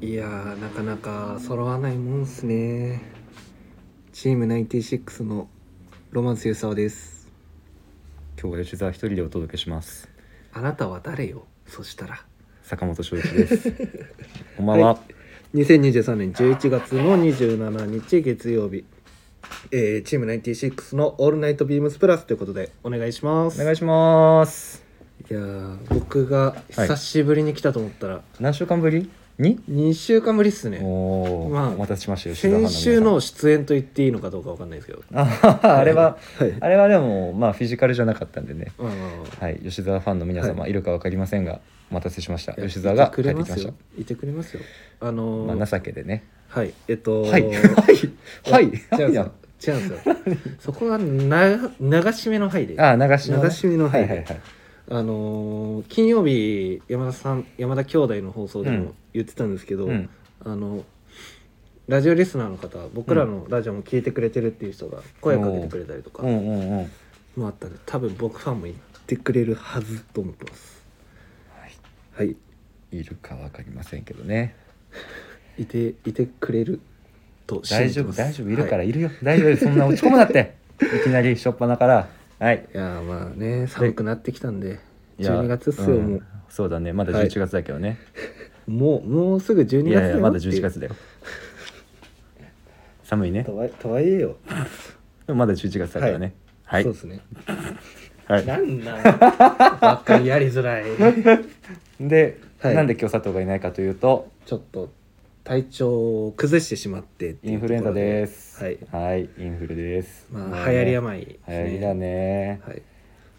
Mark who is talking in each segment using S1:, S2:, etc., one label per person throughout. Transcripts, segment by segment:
S1: いやーなかなか揃わないもんっすねチーム96のロマンス湯沢です
S2: 今日は吉沢一人でお届けします
S1: あなたは誰よそしたら
S2: 坂本翔一です こんばんは、
S1: は2023年11月の27日月曜日、えー、チーム96の「オールナイトビームスプラス」ということでお願いします
S2: お願いします
S1: いやー僕が久しぶりに来たと思ったら、
S2: 何週間ぶりに
S1: 2週間ぶりっすね
S2: おお、
S1: まあ
S2: お待たせしました吉沢
S1: 先週の
S2: の
S1: 出演と言っていいのかどうかわかんないですけど
S2: 皆さんああれは、
S1: はい
S2: あれはでもまあフィジカルじゃなかったんでね
S1: まあまあまあ
S2: はい吉沢ファンの皆様、
S1: はい
S2: るかわかりませんがお待たせしました
S1: いや
S2: 吉沢が
S1: いてく
S2: 帰っ
S1: れ
S2: てき
S1: ま
S2: ますし
S1: よ
S2: た
S1: いてくれますよあのー
S2: まあ情けでね
S1: はいえっと
S2: はいはいはい
S1: 違うん
S2: はい
S1: で
S2: や
S1: すよ違うんですよそこはな流し目の「はい」であ
S2: ああ流しのね
S1: 流し見の
S2: は
S1: はい
S2: いはいはい
S1: のー金曜日山田さん山田兄弟の放送で
S2: う
S1: も
S2: ん
S1: 言ってたんですけど、
S2: うん
S1: あのラジオリスナーの方僕らのラジオも聞いてくれてるっていう人が声かけてくれたりとか
S2: うんうんうん
S1: もあったんで多分僕ファンも言ってくれるはずと思ってますはい、
S2: いるかわかりませんけどね
S1: い、ていてくれると信
S2: 大
S1: じて
S2: 丈夫
S1: ます
S2: 大丈夫いるから
S1: はい
S2: いるよ、大丈夫そんな落ち込むなって いきなり初っ端からはい
S1: いやーまあね寒くなってきたんで
S2: いや
S1: 12月っすよ、
S2: んそうだねまだ
S1: はい
S2: 11月だけどね、
S1: もうもうもうすぐ12月だ
S2: い、
S1: よ
S2: やいやまだ
S1: っていう
S2: 11 月だよ寒いねで
S1: とはいとはいえよ、
S2: もまだ11月だからねはい
S1: そうですね
S2: はい、
S1: なんなんばっかりやりづら い
S2: で、
S1: はい
S2: なんで今日佐藤がいないかというと
S1: ちょっと体調を崩してしまってって
S2: イ
S1: いう
S2: ン
S1: と
S2: フ
S1: こ
S2: ルエ
S1: ろ
S2: ンザです
S1: はい、
S2: はい、インフルです
S1: まあ、流行り
S2: ね
S1: 病です
S2: 流
S1: ね
S2: 行りだね
S1: はい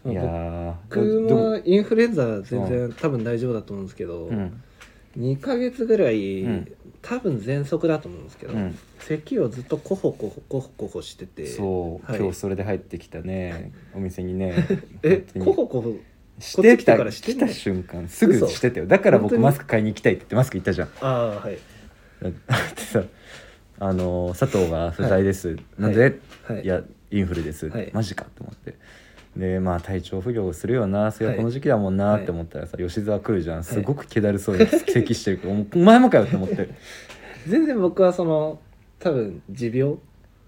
S2: いや
S1: もう
S2: ー
S1: 僕
S2: どど
S1: もインフルエンザ全然多分大丈夫だと思うんですけど、
S2: うん
S1: 2ヶ月ぐらい、
S2: うん
S1: 多分喘息だと思うんですけど、
S2: うん
S1: 咳をずっとコホコホコホコホしてて
S2: そう、
S1: はい
S2: 今日それで入ってきたねお店にね
S1: え
S2: 本当に
S1: コホコホ
S2: して
S1: こっち来
S2: き
S1: て
S2: た
S1: からしてん
S2: 来
S1: の
S2: た瞬間すぐしてたよだから
S1: 本当
S2: 僕
S1: に
S2: マスク買いに行きたいって言ってマスク行ったじゃん
S1: ああはい
S2: だってさあのー佐藤が不在です、なんで、い
S1: はい
S2: やインフルです、
S1: はい
S2: マジかと思ってでまあ体調不良をするよなそれ
S1: は
S2: はいこの時期だもんなって思ったらさ、吉沢来るじゃんすごく気だるそうに咳してるから、 もうお前もかよって思って
S1: 全然僕はその多分持病、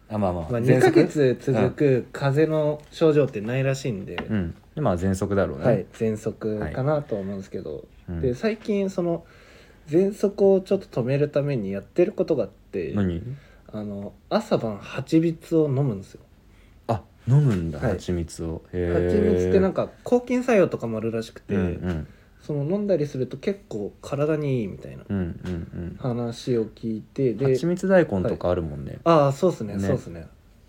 S2: あまあま あ、
S1: まあ、2
S2: 喘
S1: ヶ
S2: 息
S1: 月続く風邪の症状ってないらしいんで、
S2: うん今は喘息だろうね、
S1: はい喘息かなと思うんですけど、
S2: うん
S1: で最近その喘息をちょっと止めるためにやってることがあって
S2: 何
S1: あの朝晩蜂蜜を飲むんですよ
S2: あ飲むんだ
S1: はい
S2: 蜂蜜を蜂
S1: 蜂蜜ってなん
S2: か
S1: か抗菌作用とかもあるらしくて、
S2: うんうん
S1: その飲んだりすると結構体にいいみたいな
S2: うんうん
S1: 話を聞いて
S2: うん
S1: で
S2: 蜂蜜大根とかあるもんね、
S1: ああそうですね
S2: ね
S1: そうですね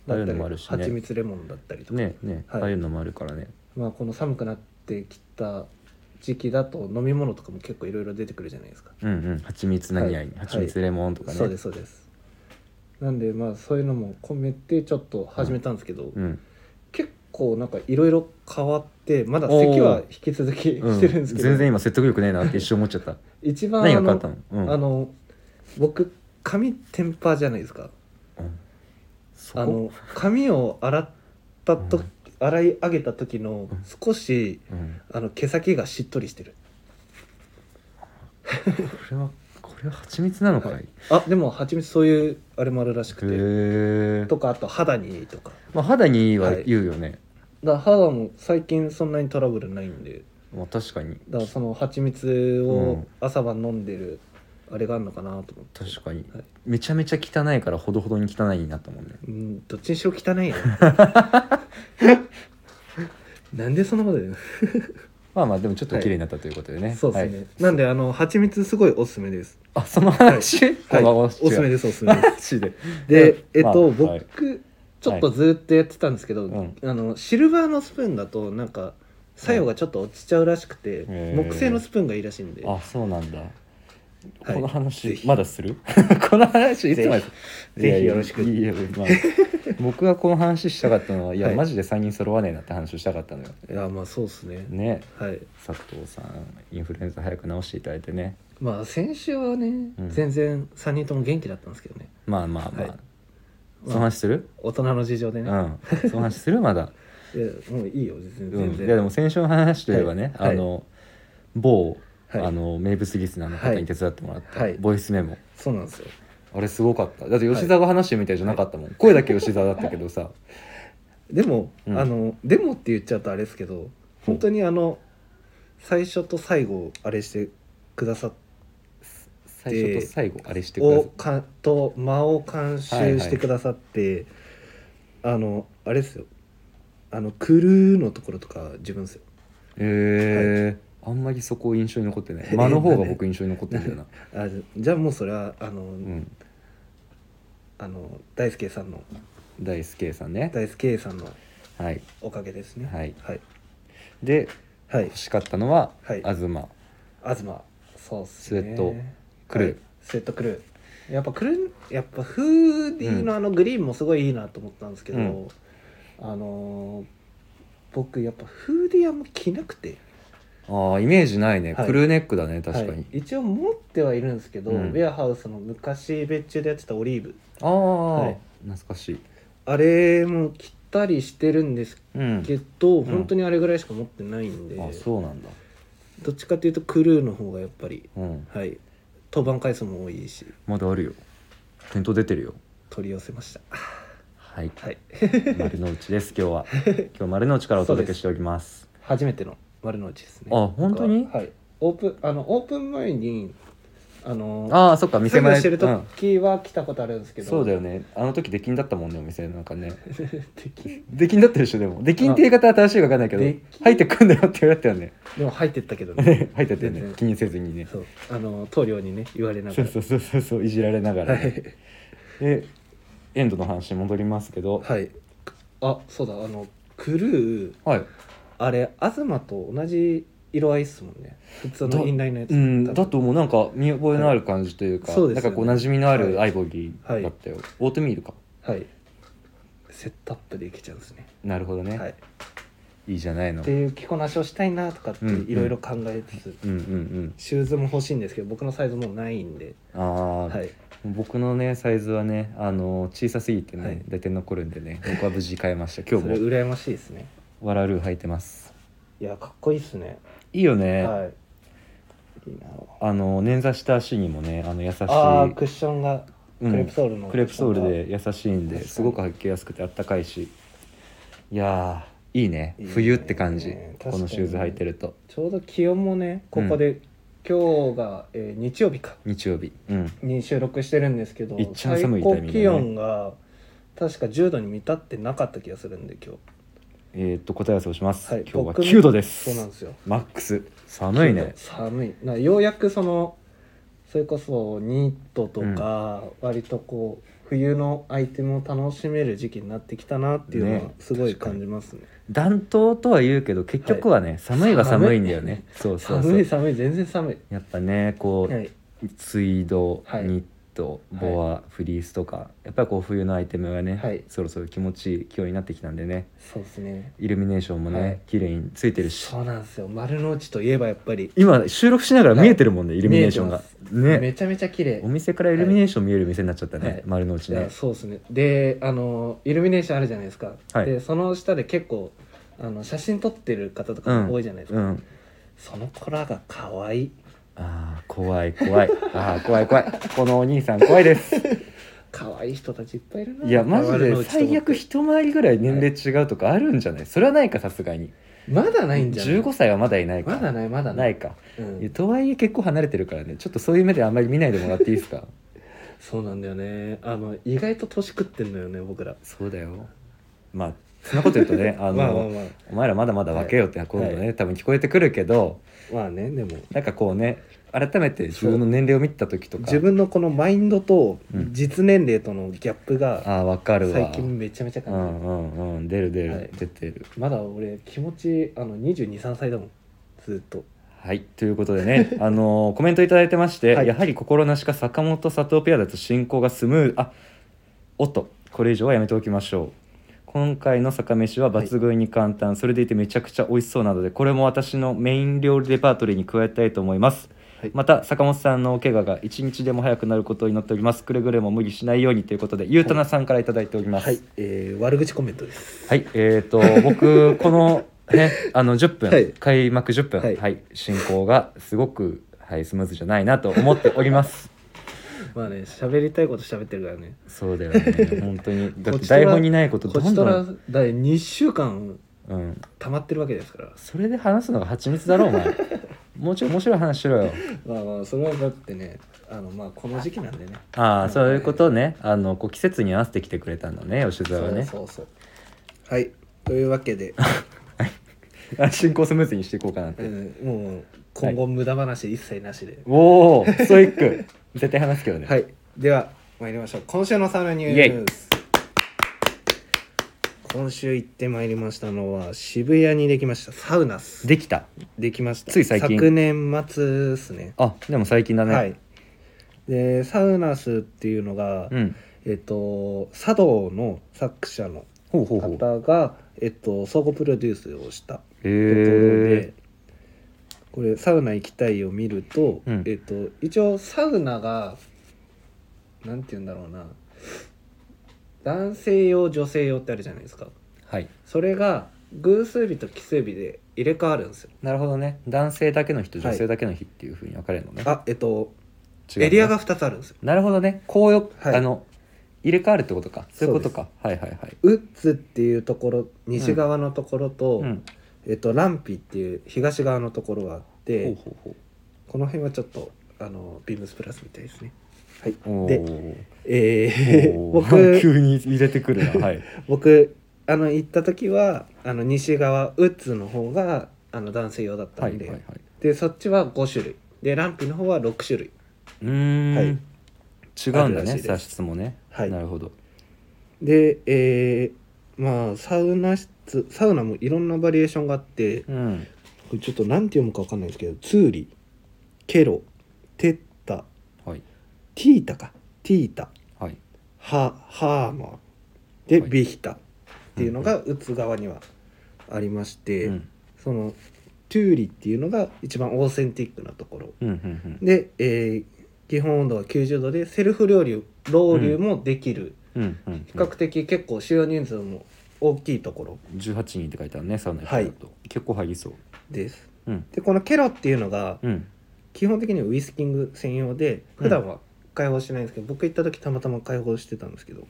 S2: ああいうの
S1: だっ
S2: もあ
S1: た
S2: る
S1: り
S2: しね
S1: 蜂蜜レモンだったりとか、
S2: ねね、
S1: はい
S2: ああいうのもあるからね
S1: まあ、この寒くなってきた時期だと飲み物とかも結構いろいろ出てくるじゃないですか、
S2: うんうん蜂蜜何々に、
S1: はい
S2: 蜂蜜レモンとかね、
S1: そうですそうですなんでまあそういうのも込めてちょっと始めたんですけど、
S2: うん、
S1: 結構なんかいろいろ変わってまだ咳は引き続き
S2: うん
S1: してるんですけど、
S2: 全然今説得力ねえなって一瞬思っちゃった
S1: 一番
S2: 何
S1: あ
S2: が変わ
S1: の
S2: ったの,、うん、
S1: あの僕髪テンパじゃないですか
S2: うんそこ
S1: あの髪を洗ったと、
S2: うん
S1: 洗い上げた時の
S2: うん
S1: 少し
S2: うん、
S1: あの毛先がしっとりしてる
S2: これはこれは蜂蜜なのかい、
S1: はいあでも蜂蜜そういうあれもあるらし
S2: へ
S1: く
S2: え
S1: てとかあと肌にいいとか
S2: まあ、肌にいいは
S1: はい
S2: 言うよね、
S1: だから肌も最近そんなにトラブルないんで
S2: まあ、確かに
S1: だからその蜂蜜
S2: う
S1: を
S2: ん
S1: 朝晩飲んでるあれがあるのかなと思って、
S2: 確かに、
S1: はい
S2: めちゃめちゃ汚いからほどほどに汚いになったもんね
S1: うんどっちにしろ汚い よなんでそんなこと言うの
S2: まあまあでもちょっと綺麗になったということでね、
S1: そうですね、
S2: はい
S1: なんであの蜂蜜すごいおすすめです
S2: あその話、
S1: はい
S2: この
S1: お
S2: 話
S1: すすめ
S2: 違う
S1: ですおすすめです
S2: マジ で
S1: で、えっと、
S2: まあはい
S1: 僕ちょっとずっとやってたんですけど、
S2: うん
S1: あのシルバーのスプーンだとなんか作用がちょっと落ちちゃうらしくて、
S2: へー
S1: 木製のスプーンがいいらしいんで、
S2: あそうなんだ
S1: はい
S2: この
S1: ぜ
S2: 話
S1: ひ
S2: まだする この話いつまで
S1: ぜひ
S2: いや
S1: ぜ
S2: いや
S1: ひよろしく
S2: いいよまあ僕がこの話したかったのはいや、
S1: はい
S2: マジで3人揃わねえなって話をしたかったのよ
S1: いやまあそうですね
S2: ね
S1: はい
S2: 佐藤さんインフルエンザ早く治していただいてね
S1: まあ先週はね、
S2: うん
S1: 全然3人とも元気だったんですけどね、
S2: まあまあまあ、
S1: はい
S2: その
S1: まあ
S2: 話する、
S1: 大人の事情でね、
S2: うんその話するまだ、
S1: いやもういいよ全然
S2: う
S1: 全
S2: ん、いや
S1: 然、
S2: でも先週の話といえばね、
S1: はい
S2: あの某
S1: はい
S2: あの名物リスナーの方
S1: は
S2: に
S1: い
S2: 手伝ってもらった、
S1: はい
S2: ボイスメモ
S1: そうなんですよ
S2: あれすごかっただって吉沢が話してるみたいじゃなかったもん、声だけ吉沢だったけどさ
S1: でも、
S2: うん
S1: あのでもって言っちゃうとあれですけど本当にあの最初と最後あれしてくださっ
S2: 最初と最後あれしてくださ
S1: を
S2: い
S1: かと間を監
S2: はいは
S1: 修
S2: い
S1: してくださって、あのあれですよあの「クルー」のところとか自分ですよ
S2: えーあんまりそこ印象に 残ってない間の方が僕印象に残ってるんだよな、
S1: あじゃあ もうそれはあの、
S2: うん、
S1: あの大輔さんの
S2: 大輔さんね
S1: 大輔さんの
S2: はい
S1: おかげですね
S2: はい
S1: はい
S2: で
S1: はい
S2: 欲しかったのは、
S1: はい
S2: 東
S1: 東そうっすね
S2: スウェットクルー
S1: はいスウェットクルーやっぱクルーやっぱフーディーのあのグリーンもすごいいいなと思ったんですけど、
S2: うん
S1: あのー僕やっぱフーディーあんま着なくて
S2: ああイメージないね、
S1: はい
S2: クルーネックだね確かに、
S1: はい一応持ってはいるんですけど、
S2: うん
S1: ウェアハウスの昔別注でやってたオリーブ
S2: ああ、
S1: はい
S2: 懐かしい
S1: あれも着たりしてるんです
S2: うん
S1: けど、
S2: ん
S1: 本当にあれぐらいしか持ってないんで、
S2: あそうなんだ
S1: どっちかというとクルーの方がやっぱり
S2: うん
S1: はい登板回数も多いし
S2: まだあるよ店頭出てるよ
S1: 取り寄せました
S2: はい
S1: はい
S2: 丸の内です今 日は今日丸の内からお届けしております
S1: 初めての丸の内ですね
S2: あ本当に
S1: 僕ははいオープンあのオープン前にあの
S2: ああそっか店
S1: 作業
S2: 前
S1: してる
S2: うん
S1: 時は来たことあるんですけど、
S2: そう だよねあの時出禁だったもんねお店なんかね
S1: でき
S2: 出禁だったでしょでも出禁って言い方は正しいか分かんないけど
S1: 出禁
S2: 入ってくんだよって言われたよね
S1: でも入ってったけどね
S2: 入ってたよ
S1: 全
S2: ね
S1: 然
S2: 気にせずにね
S1: そうあの棟梁にね言われなが
S2: そう
S1: ら
S2: そうそうそうそういじられながら、
S1: は
S2: ね
S1: い、
S2: でエンドの話に戻りますけど
S1: はい、あそうだあのクルー
S2: はい
S1: あれ東と同じ色合いっすもんね普通
S2: だ
S1: のインラインのやつ
S2: うん
S1: 多分
S2: だともうなんか見覚えのある感じというか、
S1: はいそうです
S2: な
S1: よ
S2: ん
S1: ね
S2: かこう馴染みのある
S1: は
S2: アイボリーだったよ、オートミールか
S1: はいセットアップでいけちゃうんですね
S2: なるほどね、、
S1: はいい、
S2: いじゃないの
S1: っていう着こなしをしたいなとかって
S2: うん
S1: いろいろ考えつつ、
S2: うんうん
S1: シューズも欲しいんですけど僕のサイズもうないんで、
S2: うんああー、
S1: はい、
S2: 僕のねサイズはねあの小さすぎてね、
S1: はい
S2: 大体残るんでね僕は無事買えました今
S1: それ
S2: 日も
S1: 羨ましいですね
S2: ワラルー履いてます
S1: いやかっこいいっすね、
S2: いいよね、
S1: はいいいな
S2: あの捻挫した足にもねあの優しい
S1: あークッションが
S2: う
S1: ク
S2: ん
S1: レープソールの、
S2: クレープソールで優しいん
S1: 確か
S2: で
S1: に
S2: すごく履きやすくてあったかいしいやーいいね
S1: いいね
S2: 冬って感じ、
S1: 確かに
S2: このシューズ履いてると
S1: ちょうど気温もねここで、今日が、えー日曜日か
S2: 日曜日うん
S1: に収録してるんですけど
S2: いっちゃん寒いタイミングね
S1: 最高気温が確か10度に満たってなかった気がするんで今
S2: えー、っと答え合わせをします、
S1: 日、はい、
S2: 今日は
S1: 僕の
S2: 9度です
S1: そうなんですよ
S2: マックス寒い
S1: 9
S2: ね
S1: 度寒いなようやくそのそれこそニットとか、割とこう冬のアイテムを楽しめる時期になってきたなっていうのは
S2: ね
S1: すごい
S2: 確かに
S1: 感じますね
S2: 暖冬とは言うけど結局はね、寒いは寒いんだよねそうそうそ
S1: 寒いう寒い全然寒い
S2: やっぱねこう、
S1: はい
S2: ツイード、
S1: はい
S2: ニットボア、フリースとかやっぱりこう冬のアイテムがね、
S1: はい
S2: そろそろ気持ちいい気温になってきたんでね
S1: そうですね
S2: イルミネーションもね、
S1: はい
S2: 綺麗についてるし
S1: そうなんですよ丸の内といえばやっぱり
S2: 今収録しながら見えてるもんね、イルミネーションがね
S1: めちゃめちゃ綺麗
S2: お店からイルミネーション見える店になっちゃったね、
S1: はい
S2: 丸の内
S1: いや
S2: ね
S1: そうですねであのイルミネーションあるじゃないですか、
S2: はい
S1: でその下で結構あの写真撮ってる方とかも多いじゃないですか、
S2: うん
S1: その子らが可愛い
S2: ああ怖い怖いああ怖い怖いこのお兄さん怖いです
S1: 可愛い人たちいっぱいいるない
S2: やマジ
S1: 我々の
S2: で
S1: うちと思って
S2: 最悪一回りぐらい年齢違うとかあるんじゃないそれはないかさすがに
S1: まだないんじゃない
S2: 15歳はまだいないか
S1: まだないまだ
S2: な
S1: ない
S2: いか
S1: う
S2: いや
S1: ん、
S2: とはいえ結構離れてるからねちょっとそういう目であんまり見ないでもらっていいで すか
S1: そうなんだよねあの意外と年食ってんのよね僕ら
S2: そうだよまあそんなこと言うと ねあの、
S1: まあまあまあ
S2: お前らまだまだ若えよって今度ね、
S1: は
S2: 多分聞こえてくるけど
S1: まあねでも
S2: なんかこうね改めて自分の年齢を見た時とか
S1: 自分のこのマインドと
S2: うん
S1: 実年齢とのギャップが
S2: ああ分かるわ
S1: 最近めちゃめちゃ
S2: う
S1: 感じる、
S2: んうんうん出る出る、
S1: はい
S2: 出てる
S1: まだ俺気持ちあの223歳だもんずっと
S2: はいということでね あのーコメント頂いただいてまして、
S1: はい
S2: やはり心なしか坂本佐藤ペアだと進行がスムーズあおっとこれ以上はやめておきましょう今回の坂飯は抜群に簡単、それでいてめちゃくちゃ美味しそうなのでこれも私のメイン料理レパートリーに加えたいと思います、
S1: はい
S2: また坂本さんのお怪我が一日でも早くなることを祈っておりますくれぐれも無理しないようにということでゆうたなさんから頂いただいております
S1: はい、えー、悪口コメントです
S2: はい、えっ、と、僕、このね、あの10分、
S1: はい
S2: 開幕10分、は
S1: はいい
S2: 進行がすごく、はい、スムーズじゃないなと思っております
S1: まあね喋りたいこと喋ってるからね
S2: そうだよね本当にだっ
S1: こ
S2: て
S1: ちとら
S2: 台本にないこと
S1: こ
S2: ど
S1: ち
S2: ん
S1: と
S2: ど
S1: ら
S2: ん、
S1: だ2週間
S2: うん、
S1: 溜まってるわけですから
S2: それで話すのが蜂蜜だろお 前もうちょい面白い話しろよ
S1: まあまあそれはだってねあのまあこの時期なんでね
S2: ああそういうことねあのこう季節に合わせてきてくれたのね吉
S1: そ
S2: 沢は
S1: う
S2: ね
S1: そうそうはいというわけで、
S2: あ進行スムーズにしていこうかなって、
S1: うんもう今後無駄話一切なしで
S2: おおストイック 絶対話すけどね、
S1: はい、では参りましょう今週のサウナニュ
S2: イェイ
S1: ース今週行ってまいりましたのは渋谷にできましたサウナスで
S2: できた
S1: きました
S2: つい最近
S1: 昨年末ですね
S2: あでも最近だね、
S1: はいでサウナスっていうのが、
S2: うん
S1: えっと茶道の作者の
S2: ほうほうほう
S1: 方が、えっと、総合プロデュースをした
S2: へ
S1: ところ
S2: え
S1: で、これ「サウナ行きたい」を見ると、
S2: うん
S1: えっと、一応サウナがなんて言うんだろうな男性用女性用ってあるじゃないですか
S2: はい
S1: それが偶数日と奇数日で入れ替わるんですよ
S2: なるほどね男性だけの日と
S1: はい
S2: 女性だけの日っていうふうに分かれるのね、
S1: あえっと
S2: 違うね
S1: エリアが2つあるんですよ
S2: なるほどねこうよ、
S1: はい
S2: あの入れ替わるってことかそういうことかはいはいはい
S1: ウッズっていうところ西側のところと、
S2: うん
S1: えっと、ランピっていう東側のところがあって、
S2: ほうほうほう
S1: この辺はちょっとあのビームスプラスみたいですねはい
S2: お
S1: で
S2: ー
S1: えー、
S2: おー
S1: 僕
S2: 急に入れてくるな はい
S1: 僕あの行った時はあの西側ウッズの方があの男性用だった
S2: はい
S1: んで、
S2: はいはい
S1: でそっちは5種類でランピの方は6種類
S2: うーん、
S1: はい
S2: 違う
S1: あ
S2: ん
S1: る
S2: だ
S1: らしい
S2: ね
S1: です
S2: 差し質もね、
S1: はい
S2: なるほど
S1: でえー、まあサウナ室サウナもいろんなバリエーションがあってこ
S2: うん
S1: れちょっと何て読むか分かんないんですけどツーリケロテッタ
S2: はい
S1: ティータかティータ
S2: はい
S1: ハハーマーで、
S2: はい
S1: ビヒタっていうのがウッズ側にはありまして、
S2: うん
S1: そのトゥーリっていうのが一番オーセンティックなところ
S2: うんうん
S1: で、えー基本温度は90度でセルフ料理ロウリュもできる、
S2: うんうんうん
S1: 比較的結構収容人数も大きいところ
S2: 18人って書いてあるねサウナ行ったらと、結構入りそう
S1: です
S2: うん
S1: でこのケロっていうのが
S2: うん
S1: 基本的にはウイスキング専用で
S2: うん
S1: 普段は開放してないんですけど、僕行った時たまたま開放してたんですけど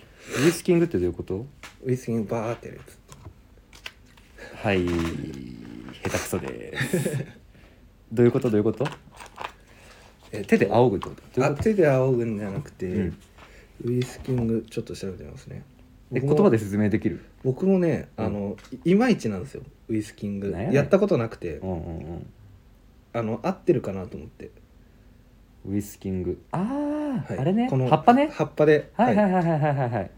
S2: ウイスキングってどういうこと
S1: ウイスキングバーってやるやつ
S2: はい下手くそですどういうことどういうこと
S1: えっと
S2: 手で仰ぐってことどうい
S1: あ
S2: うこと
S1: 手で仰ぐんじゃなくて、
S2: うん
S1: ウイスキングちょっと調べてみますね
S2: え
S1: 僕
S2: 言
S1: も
S2: 葉で説明できる
S1: 僕もね
S2: うん
S1: あの、いいまいちなんですよウイスキング
S2: なんやねん
S1: やったことなくて、
S2: うんうん
S1: あの合ってるかなと思って、
S2: うんウイスキングああ、
S1: はい
S2: あれね
S1: この
S2: 葉っぱね
S1: 葉っぱでは
S2: はいはいはいはいはいはいはい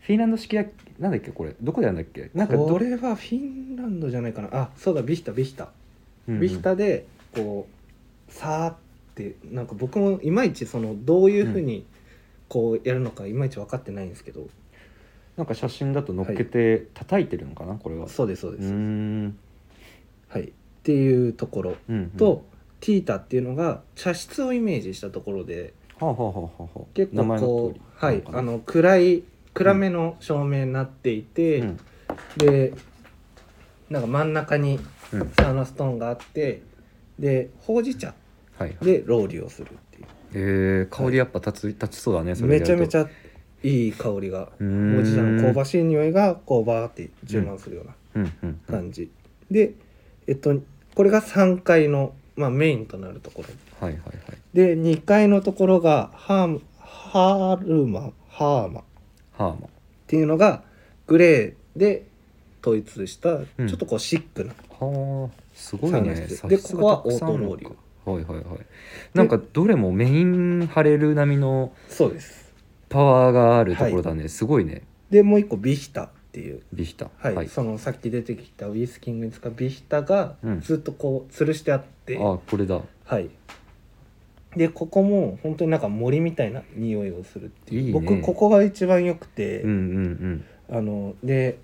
S2: フィンランド式やなんだっけこれどこでやるんだっけなんかど
S1: これはフィンランドじゃないかなあそうだビヒタビヒタ、
S2: うんうん
S1: ビヒタでこうさーってなんか僕もいまいちそのどういうふうにこうやるのかいまいち分かってないんですけど、
S2: なんか写真だと乗っけて叩いてるのかなこれは
S1: そうですそうです、
S2: ーん
S1: はいっていうところ
S2: うんうん
S1: と、ティータっていうのが茶室をイメージしたところで
S2: はあ、はあはあはあはあ、
S1: 結
S2: 名
S1: 構
S2: 前の
S1: こ
S2: 通り
S1: うはい
S2: なのかな
S1: あの暗い暗めの照明になっていて、
S2: うん
S1: でなんか真ん中に
S2: うんはい
S1: サウナストーンがあってでほうじ茶
S2: はい
S1: でロウリュをするっていう
S2: えー、香りやっぱ立つ立ちそうだねそれ
S1: めちゃめち
S2: ゃ
S1: ゃいい香りがほ
S2: ほ
S1: うじ茶の香ば
S2: しい
S1: しい匂いがこうバーって充満するような
S2: うんうんうん
S1: 感じ、でえっとこれが3階の、まあ、メインとなるところ
S2: はいはいはい
S1: で2階のところがハームハールマハーマっ
S2: ハーマ
S1: ていうのがグレーで統一したちょ
S2: うん
S1: っとこうシックな、
S2: はあすごい
S1: サウナ
S2: ね
S1: 室
S2: サ
S1: で
S2: イズがたくさんあるの
S1: こ
S2: か
S1: こ
S2: はいはいはいなんかどれもメインハレル並みの
S1: そうです
S2: パワーがあるところだね、すごいね
S1: でもう一個ビヒタっていう、
S2: ビヒタ
S1: はいそのさっき出てきたウイスキングに使うビヒタが
S2: うん
S1: ずっとこう吊るしてあって、
S2: あこれだ
S1: はいでここも本当になんか森みたいな匂いをするっていう
S2: いいね
S1: 僕ここが一番良くて、
S2: うんうん
S1: あので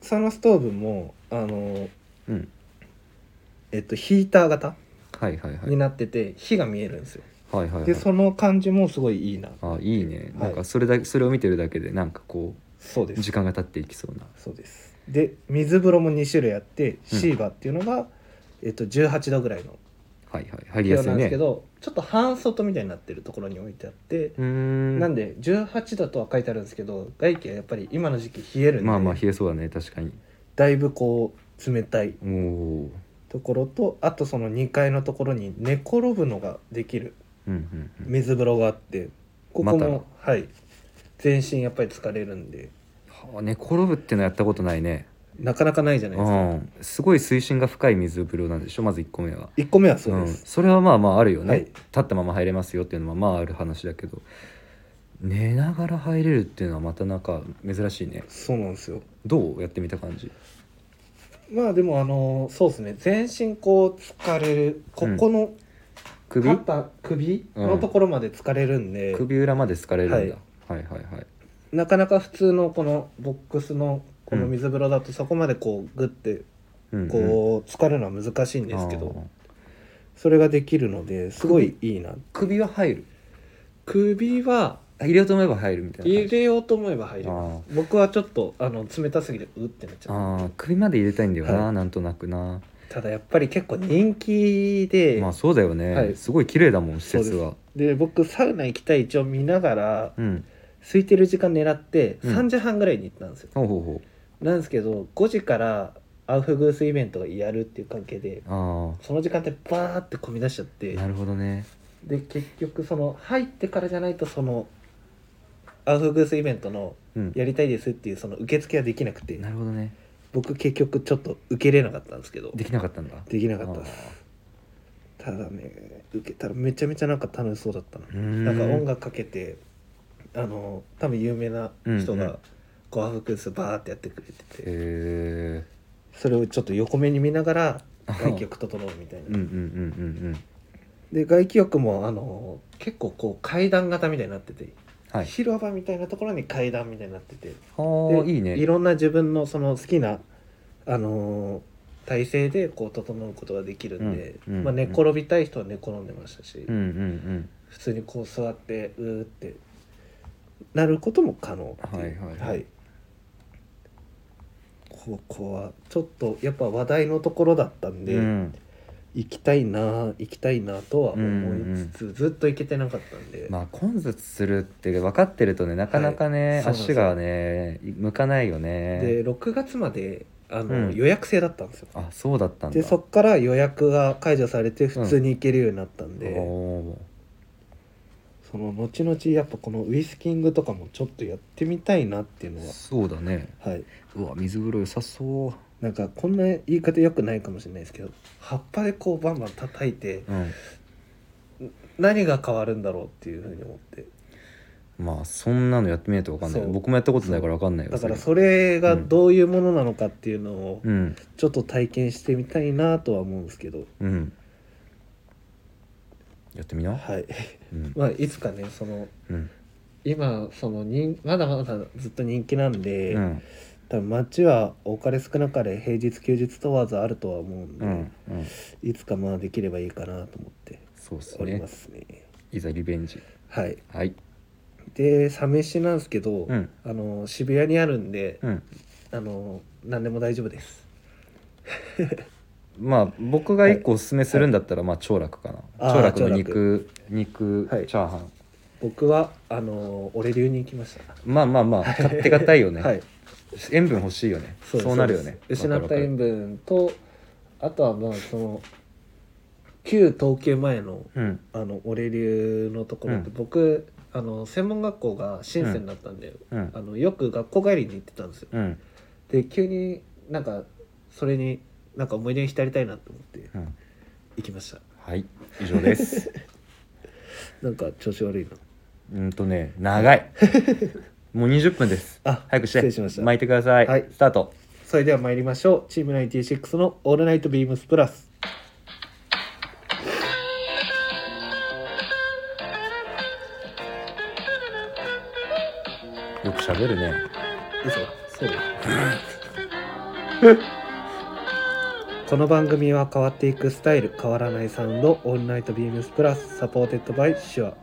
S1: サウナストーブもあの
S2: うんうん
S1: えっと、ヒーター型
S2: はいはいはい
S1: になってて火が見えるんですよ、
S2: はいはいはい
S1: でその感じもすごいいいな
S2: あいいね、
S1: はい
S2: なんかそれだけそれを見てるだけでなんかこ
S1: そうで
S2: う
S1: す
S2: 時間が経っていきそうな
S1: そうですで水風呂も2種類あって、
S2: うん
S1: シーバっていうのが、えっと、18度ぐらいの
S2: はいはい入り
S1: 気
S2: や
S1: 温
S2: すい
S1: なんです
S2: ね
S1: けど、ちょっと半外みたいになってるところに置いてあって、
S2: うーん
S1: なんで18度とは書いてあるんですけど外気はやっぱり今の時期冷えるんで、
S2: まあまあ冷えそうだね確かに
S1: だいぶこう冷たい
S2: おお
S1: ところとあとその2階のところに寝転ぶのができる
S2: うんうんうん
S1: 水風呂があってここ
S2: また
S1: も、はい全身やっぱり疲れるんで
S2: はあ寝転ぶってのやったことないね
S1: なかなかないじゃないですか
S2: うんすごい水深が深い水風呂なんでしょまず1個目は
S1: 1個目はそうで
S2: ん、
S1: す、
S2: それはまあまああるよね、
S1: はい
S2: 立ったまま入れますよっていうのはまあある話だけど寝ながら入れるっていうのはまたなんか珍しいね
S1: そうなんですよ
S2: どうやってみた感じ
S1: まあでもあのそうですね全身こう疲れるここの
S2: 首
S1: 肩、首
S2: うん
S1: のところまで疲れるんで、
S2: 首裏まで疲れるんだ、はい、はいはい
S1: なかなか普通のこのボックスのこの水風呂だとそこまでこうグッて
S2: うんうん
S1: こう疲れるのは難しいんですけど、
S2: あー
S1: それができるのですごいいいな
S2: 首は入る
S1: 首は
S2: あ入れようと思えば入るみたいな
S1: 入
S2: 感じ
S1: れようと思えば入ります僕はちょっとあの冷たすぎてうってなっち
S2: あ
S1: ゃ
S2: ー首まで入れたいんだよな、
S1: はい
S2: なんとなくな
S1: うただやっぱり結構人気で、
S2: まあそうだよね、
S1: はい
S2: すごい綺麗だもん施設は
S1: で僕サウナ行きたい一応見ながら
S2: うん
S1: 空いてる時間狙って
S2: うん
S1: 3時半ぐらいに行ったんですよ、
S2: ほうほうほう
S1: なんですけど5時からアウフグースイベントをやるっていう関係で
S2: あ
S1: その時間ってバーって混み出しちゃって
S2: あなるほどね
S1: で結局その入ってからじゃないとそのアウフグースイベントの
S2: うん
S1: やりたいですっていうその受付はできなくて
S2: なるほどね
S1: 僕結局ちょっと受けれなかったんですけど
S2: できなかったんだ
S1: できなかったですただね受けたらめちゃめちゃなんか楽しそうだったな
S2: うーん
S1: なんか音楽かけてあの多分有名な人
S2: うんうん
S1: がこうアウフグースバーってやってくれてて、
S2: へ
S1: それをちょっと横目に見ながら
S2: あ
S1: 外気浴整うみたい
S2: えうん
S1: な
S2: うんうんうんうん
S1: で外気浴もあの結構こう階段型みたいになってて
S2: はい
S1: 広場みたいなところに階段みたいになってて
S2: はあ
S1: で
S2: いいね
S1: ろんな自分のその好きな、あのー体勢でこう整うことができるんで、
S2: うんうん
S1: まあ、
S2: うん
S1: 寝転びたい人は寝転んでましたし、
S2: うんうん
S1: 普通にこう座ってうーってなることも可能ってう
S2: はいはい
S1: はい、ここはちょっとやっぱ話題のところだったん
S2: うん
S1: で、
S2: うん
S1: 行きたいなあ行きたいなあとは思いつつ、ずっと行けてなかったんで、
S2: まあ混雑するって分かってるとねなかなかね、
S1: はいそうなんです
S2: 足
S1: よ
S2: がね向かないよね
S1: で6月まであの、
S2: うん
S1: 予約制だったんですよ
S2: あそうだったんだ
S1: でそっから予約が解除されて普通に行けるようになったんで、
S2: おー
S1: その後々やっぱこのウイスキングとかもちょっとやってみたいなっていうのは
S2: そうだね
S1: はいう
S2: わ水風呂良さそう
S1: なんかこんな言い方良くないかもしれないですけど葉っぱでこうバンバン叩いて
S2: うん
S1: 何が変わるんだろうっていうふうに思って
S2: まあそんなのやってみないと分かんない
S1: そう
S2: 僕もやったことないから分かんないよ
S1: だから
S2: そ
S1: それ
S2: れ
S1: がどういうものなのかっていうのを
S2: うん
S1: ちょっと体験してみたいなとは思うんですけど
S2: うんやってみな、
S1: はい
S2: うん
S1: まあいつかねその
S2: うん
S1: 今その人まだまだずっと人気なんで、
S2: うん
S1: 多分街は多かれ少なかれ平日休日問わずあるとは思うんで、
S2: うんうん
S1: いつかまあできればいいかなと思って
S2: そうっす
S1: おり
S2: ね
S1: ますね
S2: いざリベンジ
S1: はい
S2: はい
S1: でサメシなんですけど、
S2: うん
S1: あの渋谷にあるんで、
S2: うん
S1: あの何でも大丈夫です
S2: まあ僕が一個おすすめするんだったら、まあ長楽かな
S1: あー
S2: 長楽の
S1: 兆楽
S2: 肉肉チ
S1: はい
S2: ャーハン、
S1: 僕はあの俺流に行きました
S2: まあまあまあ買ってがたいよね、
S1: はい
S2: 塩分欲しいよねそう
S1: です
S2: なるよ
S1: そ
S2: ね
S1: うです失
S2: わ
S1: っ
S2: か
S1: た
S2: るわかる
S1: 塩分とあとはまあその旧統計前の
S2: うん
S1: あの俺流のところって、
S2: うん
S1: 僕あの専門学校が深センだったんで、
S2: うん
S1: あのよく学校帰りに行ってたんですよ
S2: うん
S1: で急になんかそれになんか思い出に浸りたいなと思って
S2: うん
S1: 行きました
S2: はい以上です
S1: なんか調子悪いな
S2: うんとね長いもう20分です
S1: あ
S2: 早くして
S1: 失礼しました
S2: 巻いてください、
S1: はい
S2: スタート
S1: それでは参りましょうチーム96の「オールナイトビームスプラス」
S2: よく喋るね
S1: 嘘そう この番組は変わっていくスタイル変わらないサウンド「オールナイトビームスプラス」サポーテッドバイシュア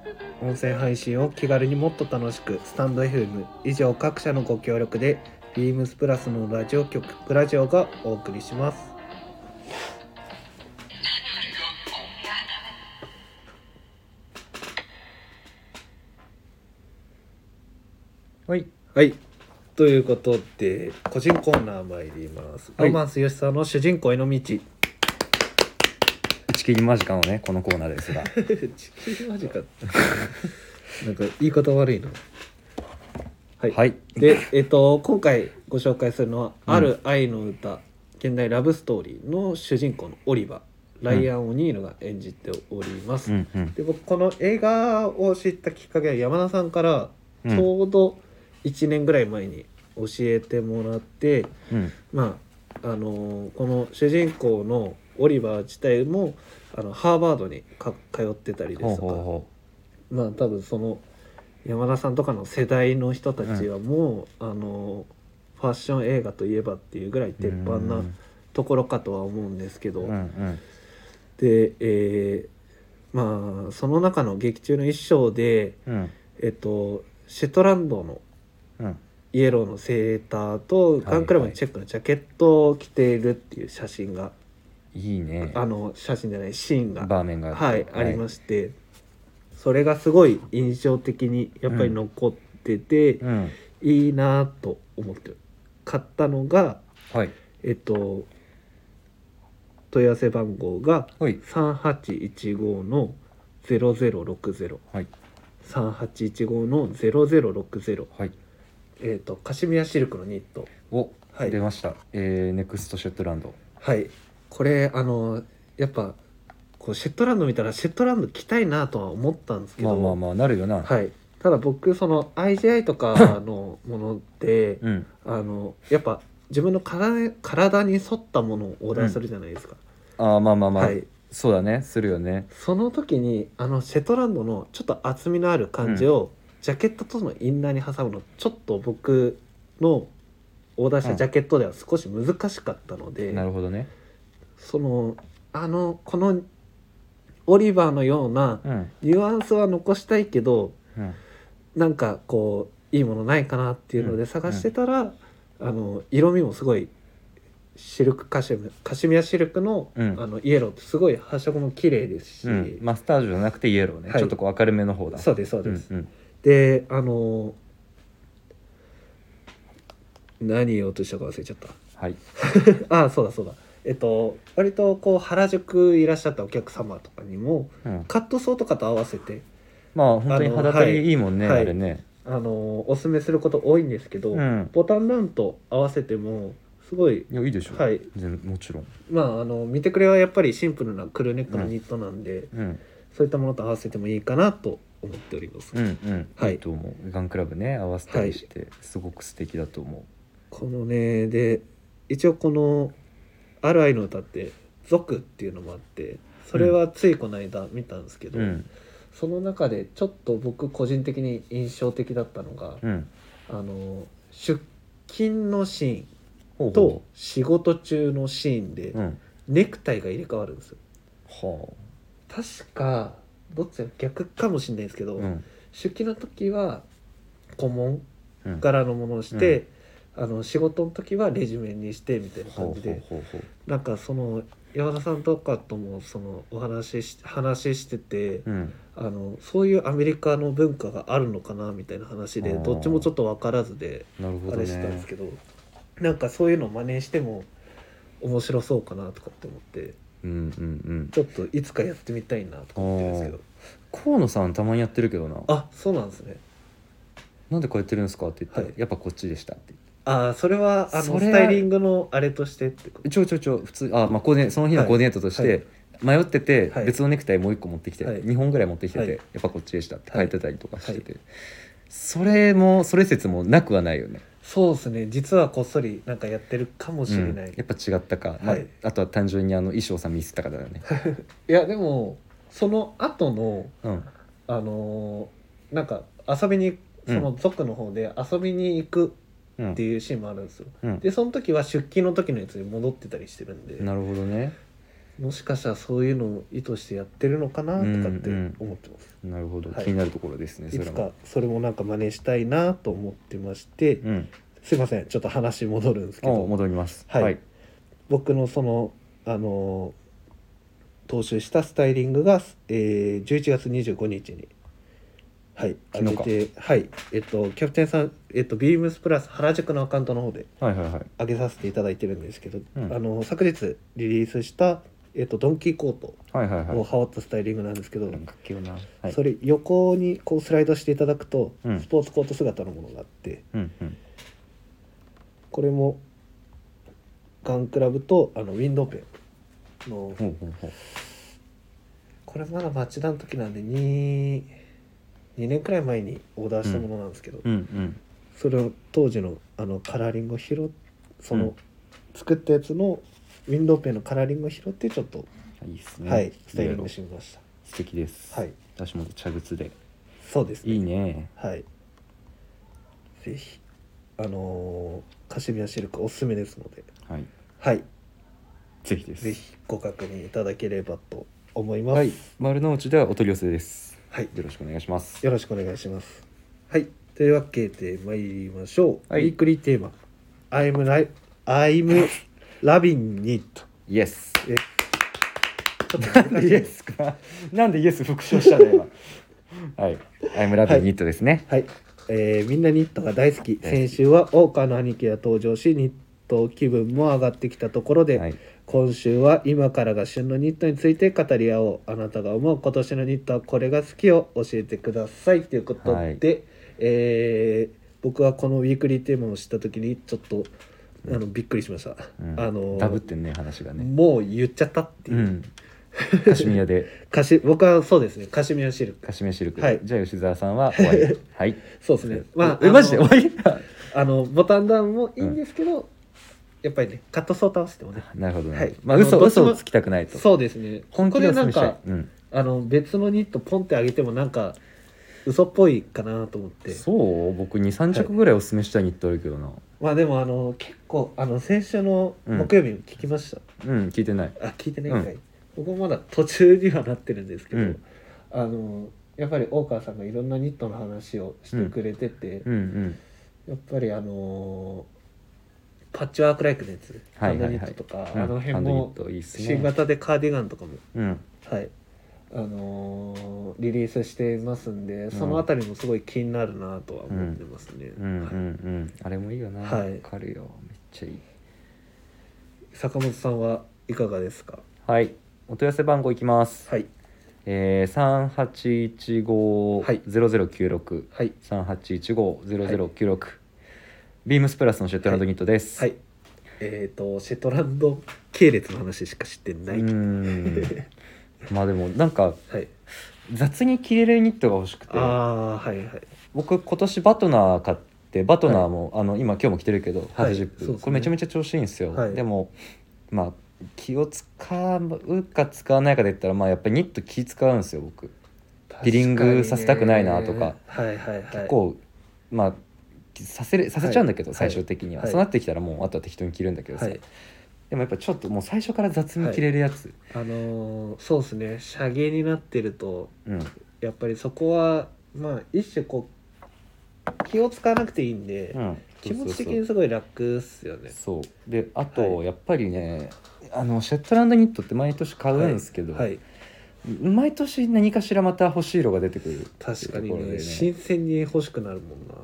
S1: 音声配信を気軽にもっと楽しくスタンド FM 以上各社のご協力でビームスプラスのラジオ局プラジオがお送りします
S2: はい
S1: はいということで個人コーナー参ります、
S2: はい
S1: ロマンス吉さんの主人公への道ち
S2: 打ち切り間近のねこのコーナーです が
S1: きりマジかなんか言い方悪いなはい、
S2: はい
S1: でえっと今回ご紹介するのは「
S2: うん
S1: ある愛の歌、現代ラブストーリー」の主人公のオリバーライアン・オニールが演じております、
S2: うんうん
S1: で僕この映画を知ったきっかけは山田さんから
S2: う
S1: ち
S2: ん
S1: ょうど1年ぐらい前に教えてもらって、
S2: うん
S1: まああのーこの主人公のオリバー自体もあのハーバードにか通ってたりで
S2: ほう
S1: すと
S2: ほう
S1: か
S2: ほ
S1: まあ多分その山田さんとかの世代の人たちはもう、あのファッション映画といえばっていうぐらいう鉄板なところかとは思うんですけど、
S2: うんうん
S1: で、えーまあその中の劇中の一章で、
S2: うん
S1: えっと、シェットランドの
S2: うん
S1: イエローのセーターとガンクラブのチェックのジャケットを着ているっていう写真が、
S2: いいね
S1: あの写真じゃないシーンが
S2: 場面が
S1: はい、ありますして、それがすごい印象的にやっぱり残ってて、
S2: うん
S1: いいなぁと思ってる買ったのが
S2: はい
S1: えっと問い合わせ番号が
S2: はい
S1: 3815の00603815
S2: はい
S1: の0060
S2: はい
S1: えっとカシミヤシルクのニット
S2: お、
S1: はい
S2: 出ました、えー、ネクストシェットランド
S1: はいこれあのやっぱこうシェットランド見たらシェットランド着たいなとは思ったんですけ
S2: まあ
S1: ど
S2: まあまあなるよな、
S1: はい、ただ僕その IGI とかのものっ て
S2: うん
S1: あのやっぱ自分の体体に沿ったものをオーダーするじゃないですか、
S2: あーまあまあまあ、
S1: はい、
S2: そうだねするよね
S1: その時にあのシェトランドのちょっと厚みのある感じを、ジャケットとのインナーに挟むのちょっと僕のオーダーし
S2: う
S1: た
S2: ん
S1: ジャケットでは少し難しかったので、
S2: なるほどね
S1: そのあのこのオリバーのような
S2: うん
S1: ニュアンスは残したいけど
S2: うん
S1: なんかこういいものないかなっていうの
S2: う
S1: で
S2: ん
S1: 探してたら、あの色味もすごいシルクカシミカシミヤシルクの,、
S2: うん
S1: あのイエローってすごい発色も綺麗ですし、
S2: うん、マスタージュじゃなくてイエローね、
S1: はい
S2: ちょっとこう明るめの方だ
S1: そうですそうです。
S2: うん
S1: であの何言おうとしたか忘れちゃった。
S2: はい
S1: あそうだそうだ。えっと割とこう原宿いらっしゃったお客様とかにも
S2: うん、
S1: カットソーとかと合わせて
S2: まあ本当に肌当たりいいもんね
S1: あの
S2: あ
S1: はい
S2: れね、
S1: あのおすすめすること多いんですけど、
S2: うん
S1: ボタンダウンと合わせてもすごい
S2: いやいいでしょ
S1: はい
S2: 全もちろん
S1: まああの見てくれはやっぱりシンプルなクルーネックのニットなんで、
S2: うん
S1: そういったものと合わせてもいいかなと思っております、
S2: うんうん、
S1: はい
S2: と思うガンクラブね合わせたりして、すごく素敵だと思
S1: このねで一応この「ある愛の歌」って「族」っていうのもあってそれはついこの間見たんですけ
S2: う
S1: ど、
S2: うん
S1: その中でちょっと僕個人的に印象的だったのが、
S2: うん
S1: あの出勤のシ
S2: ほ
S1: ーンと仕事中のシーンで、
S2: ううん
S1: ネクタイが入れ替わるんですよ
S2: は
S1: 確かどっちが逆かもしれないですけど、
S2: あうん
S1: 出勤の時は古紋
S2: うん
S1: 柄のものをして、あの仕事の時はレジュメにしてみたいな感
S2: ほう
S1: じ
S2: ほ
S1: で
S2: うほうほう
S1: なんかその山田さんとかともそのお話しし話してて、
S2: うん
S1: あのそういうアメリカの文化があるのかなみたいな話で
S2: あー
S1: どっちもちょっと分からずで
S2: なるほ
S1: あ
S2: どね
S1: れしてたんですけどなんかそういうのを真似しても面白そうかなとかって思って
S2: うんうんうん
S1: ちょっといつかやってみたいなとか思ってるんですけど
S2: 河野さんたまにやってるけどな
S1: あそうなんですね
S2: なんでこうやってるんですかって言ったら、
S1: はい
S2: やっぱこっちでしたって
S1: ああそれはあ
S2: そ
S1: の
S2: れ
S1: スタイリングのあれとしてってこと
S2: ちょちょちょ普通あ、まあ、コーディネその日の
S1: はい
S2: コーディネートとして迷ってて、
S1: はい
S2: 別のネクタイもう一個持ってきて、
S1: はい
S2: 二2本ぐらい持ってきてて、
S1: はい
S2: やっぱこっちでしたって
S1: は
S2: 書
S1: い
S2: いてたりとかしてて、それもそれ説もなくはないよね、
S1: そうですね実はこっそりなんかやってるかもし
S2: う
S1: れ
S2: ん
S1: ない、
S2: やっぱ違ったか、まあ
S1: はい
S2: あとは単純にあの衣装さん見せたかだよね、
S1: いやでもその後の
S2: うん、
S1: あのーなんか遊びにその族の方で遊びに行く
S2: うん
S1: っていうシーンもあるんですよ
S2: うん
S1: でその時は出勤の時のやつに戻ってたりしてるんで
S2: なるほどね
S1: もしかしたらそういうのを意図してやってるのかなとかって思ってます、
S2: なるほど、
S1: はい
S2: 気になるところですねそ
S1: い
S2: れ
S1: つ
S2: も
S1: かそれもなんか真似したいなと思ってまして、
S2: うん
S1: すいませんちょっと話戻るんですけ
S2: お
S1: ど
S2: 戻ります
S1: はい僕のそのあの踏襲したスタイリングが、えー、11月25日にはい
S2: 昨日か
S1: 上げてはいえっとキャプテンさんえっとビームスプラス原宿のアカウントの方で
S2: はいはいはい
S1: 上げさせていただいてるんですけど、
S2: うん
S1: あの昨日リリースしたえっとドンキーコート
S2: はいはいはい
S1: を羽織ったスタイリングなんですけど、
S2: なんかっけえなはい
S1: それ横にこうスライドしていただくと、
S2: うん
S1: スポーツコート姿のものがあって
S2: うんうん
S1: これもガンクラブとあのウィンドウペンの
S2: ほうほうほう
S1: これまだ町田の時なんで 2, 2年くらい前にオーダーしたものなんですけど、
S2: うんうん
S1: それを当時のあのカラーリングを拾っその、
S2: うん
S1: 作ったやつのウィンドウペンのカラーリングを拾ってちょっと、
S2: いいっすね
S1: はいスタイリング
S2: 色々
S1: しました
S2: 素敵です
S1: はい
S2: 私も茶靴で
S1: そうですね
S2: いいね
S1: はいぜひあのーカシミヤシルクおすすめですので
S2: はい
S1: はい
S2: ぜひです
S1: ぜひご確認いただければと思います
S2: はい丸の内ではお取り寄せです
S1: はい
S2: よろしくお願いします
S1: よろしくお願いします。はい。というわけで参りましょう。
S2: は
S1: ウ
S2: い
S1: ィークリーテーマ。I'm, li- I'm loving it.
S2: イエス
S1: えちょっと
S2: なんでイエスかなんでイエス復唱したの今はい「アイムラブニット」ですね、
S1: はい。えーみんなニットが大好き。
S2: 大好き
S1: 先週は大川の兄貴が登場し、ニット気分も上がってきたところで、
S2: はい
S1: 今週は今からが旬のニットについて語り合おうあなたが思う今年のニットはこれが好きを教えてくださいということで、
S2: はい
S1: えー僕はこのウィークリーテーマを知った時にちょっとあのびっくりしました、
S2: うん
S1: あの
S2: ダブってんね話がね
S1: もう言っちゃったっていうう、
S2: んカシミヤで
S1: カシ僕はそうですねカシミヤシルク
S2: カシミヤシルク、
S1: はい
S2: じゃあ吉沢さんは終わ りはい
S1: そうですねまあ
S2: え
S1: あの
S2: マジ で終わ
S1: あのボタンダウンもいいんですけど、やっぱりねカットソータをしてもね
S2: り なるほどね、
S1: はい
S2: まあ嘘
S1: あのどっち
S2: 嘘
S1: も
S2: をつきたくないと
S1: そうですね
S2: 本気
S1: こ
S2: で
S1: れな
S2: 進
S1: ん
S2: めしたい
S1: か、
S2: うん、
S1: あの別のニットポンってあげてもなんか嘘っぽいかなと思って
S2: そう僕23着ぐらいおすすめしたいニットあるけどな、
S1: まあでもあの結構あの先週の木曜日も聞きました、
S2: うん聞いてない
S1: あ聞いてないかい、僕もまだ途中にはなってるんですけど、
S2: うん
S1: あのやっぱり大川さんがいろんなニットの話をしてくれてて、
S2: うんうん
S1: やっぱりあのパッチワークライクのやつハ
S2: はい
S1: ン
S2: は
S1: ド
S2: い
S1: ニ
S2: はい
S1: ットとか、
S2: うん
S1: あの辺
S2: ハンドニッ
S1: も
S2: トいいっすね
S1: 新型でカーディガンとかも
S2: うん
S1: はいあのーリリースしてますんでそのあたりもすごい気になるなとは思ってますね、
S2: うんうんう
S1: はい
S2: んあれもいいよな、
S1: はい
S2: わかるよめっちゃいい
S1: 坂本さんはいかがですか
S2: はいお問い合わせ番号いきます、
S1: はい
S2: え
S1: はい
S2: ー、3815-0096、
S1: はい
S2: 3815-0096、ビームスプラスのシェットランドニットです、
S1: はいえっ、とシェトランド系列の話しか知ってな
S2: う
S1: い、
S2: ーんまあでもなんか
S1: はい
S2: 雑に着れるニットが欲しくて
S1: ああはいはい
S2: 僕今年バトナー買ってバトナーも、あの今今日も着てるけど
S1: はい
S2: ハーフジップ、
S1: そうですね
S2: これめちゃめちゃ調子いいんですよ、
S1: はい
S2: でもまあ気を使うか使わないかで言ったらまあやっぱりニット気使うんですよ僕リリングさせたくないなとか
S1: 確にねはいはいはい
S2: 結構、まあさせれさせちゃうんだけど、
S1: はい
S2: 最終的には、
S1: はい
S2: そうなってきたらもうあとは適当に着るんだけどさ、
S1: はい
S2: でもやっぱちょっともう最初から雑に着れるやつ、
S1: あのーそうですね遮芸になってると
S2: うん
S1: やっぱりそこはまあ一種こう気を使わなくていいんで、
S2: うん、
S1: 気持ち的
S2: そうそう
S1: にすごい楽っすよね
S2: そうそうであ
S1: は
S2: と
S1: い
S2: やっぱりね、あのシェットランドニットって毎年買うんですけど、
S1: はい、
S2: 毎年何かしらまた欲しい色が出てくるっていう
S1: 確かに
S2: ところ
S1: ね
S2: でね
S1: 新鮮に欲しくなるもんな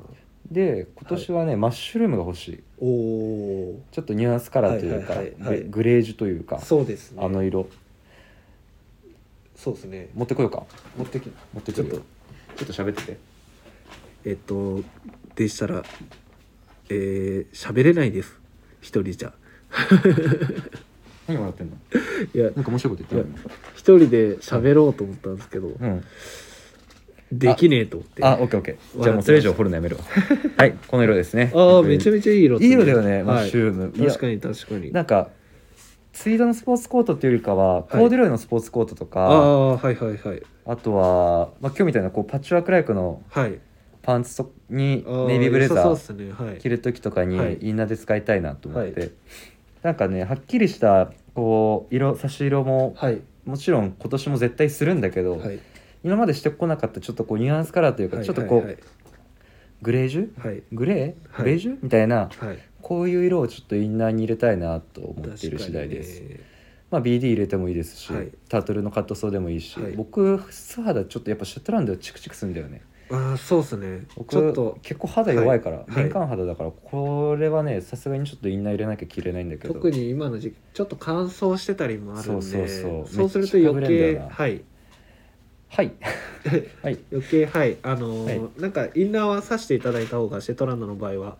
S2: で今年はね、マッシュルームが欲しい
S1: おお
S2: ちょっとニュアンスカラーというか、
S1: はいはいはいはい
S2: ググレージュというか
S1: そうですね
S2: あの色
S1: そうですね
S2: 持ってこようか
S1: 持ってきち
S2: 持って
S1: ょ
S2: く
S1: っ
S2: るよ
S1: と
S2: ちょっと喋ってて
S1: えっとでしたらえー、喋れないです一人じゃ
S2: 何笑ってんの
S1: いや
S2: なんか面白いこと言って
S1: 一人で喋ろうと思ったんですけど、
S2: ないうん
S1: できねえと思ってあ
S2: あオッケーオッケーじゃあもうそれ以上掘るのや めるわはいこの色ですね
S1: あーめちゃめちゃいい色っす
S2: いい色だよね、マ
S1: は
S2: ッ
S1: い
S2: シュルームいや
S1: 確かに確かに
S2: なんかツイードのスポーツコートっていうよりかはコーデュロイのスポーツコートとか、
S1: ああーはいはいはい
S2: あとは、まあ、今日みたいなこうパッチワークライクの
S1: はい
S2: パンツとに
S1: あー
S2: ネイビーブレザ
S1: 良
S2: ー
S1: さそうっすねはい
S2: 着る時とかに
S1: はい
S2: インナーで使いたいなと思って、
S1: は
S2: なんかねはっきりしたこう色差し色も
S1: はい
S2: もちろん今年も絶対するんだけど、
S1: はい
S2: 今までしてこなかったちょっとこうニュアンスカラーというか、
S1: はい
S2: ちょっとこう、
S1: はいはい
S2: グレージュ
S1: はい
S2: グレー、
S1: はい
S2: ベージュみたいな
S1: はい
S2: こういう色をちょっとインナーに入れたいなと思っている次第です、まあ、BD 入れてもいいですし、
S1: はい
S2: タートルのカットソーでもいいし、
S1: はい
S2: 僕素肌ちょっとやっぱショットランドはチクチクするんだよね
S1: ああーそうですね
S2: 僕
S1: ちょっと
S2: 結構肌弱いから、
S1: はいはい
S2: 敏感肌だからこれはねさすがにちょっとインナー入れなきゃ着れないんだけど
S1: 特に今の時期ちょっと乾燥してたりもあるんで
S2: そうそうそう
S1: そうすると余
S2: めっ
S1: 計
S2: ちゃ被れんだよな
S1: はい
S2: はい はい、
S1: 余計はいあのー
S2: は
S1: なんかインナーはさしていただいた方がシェットランドの場合は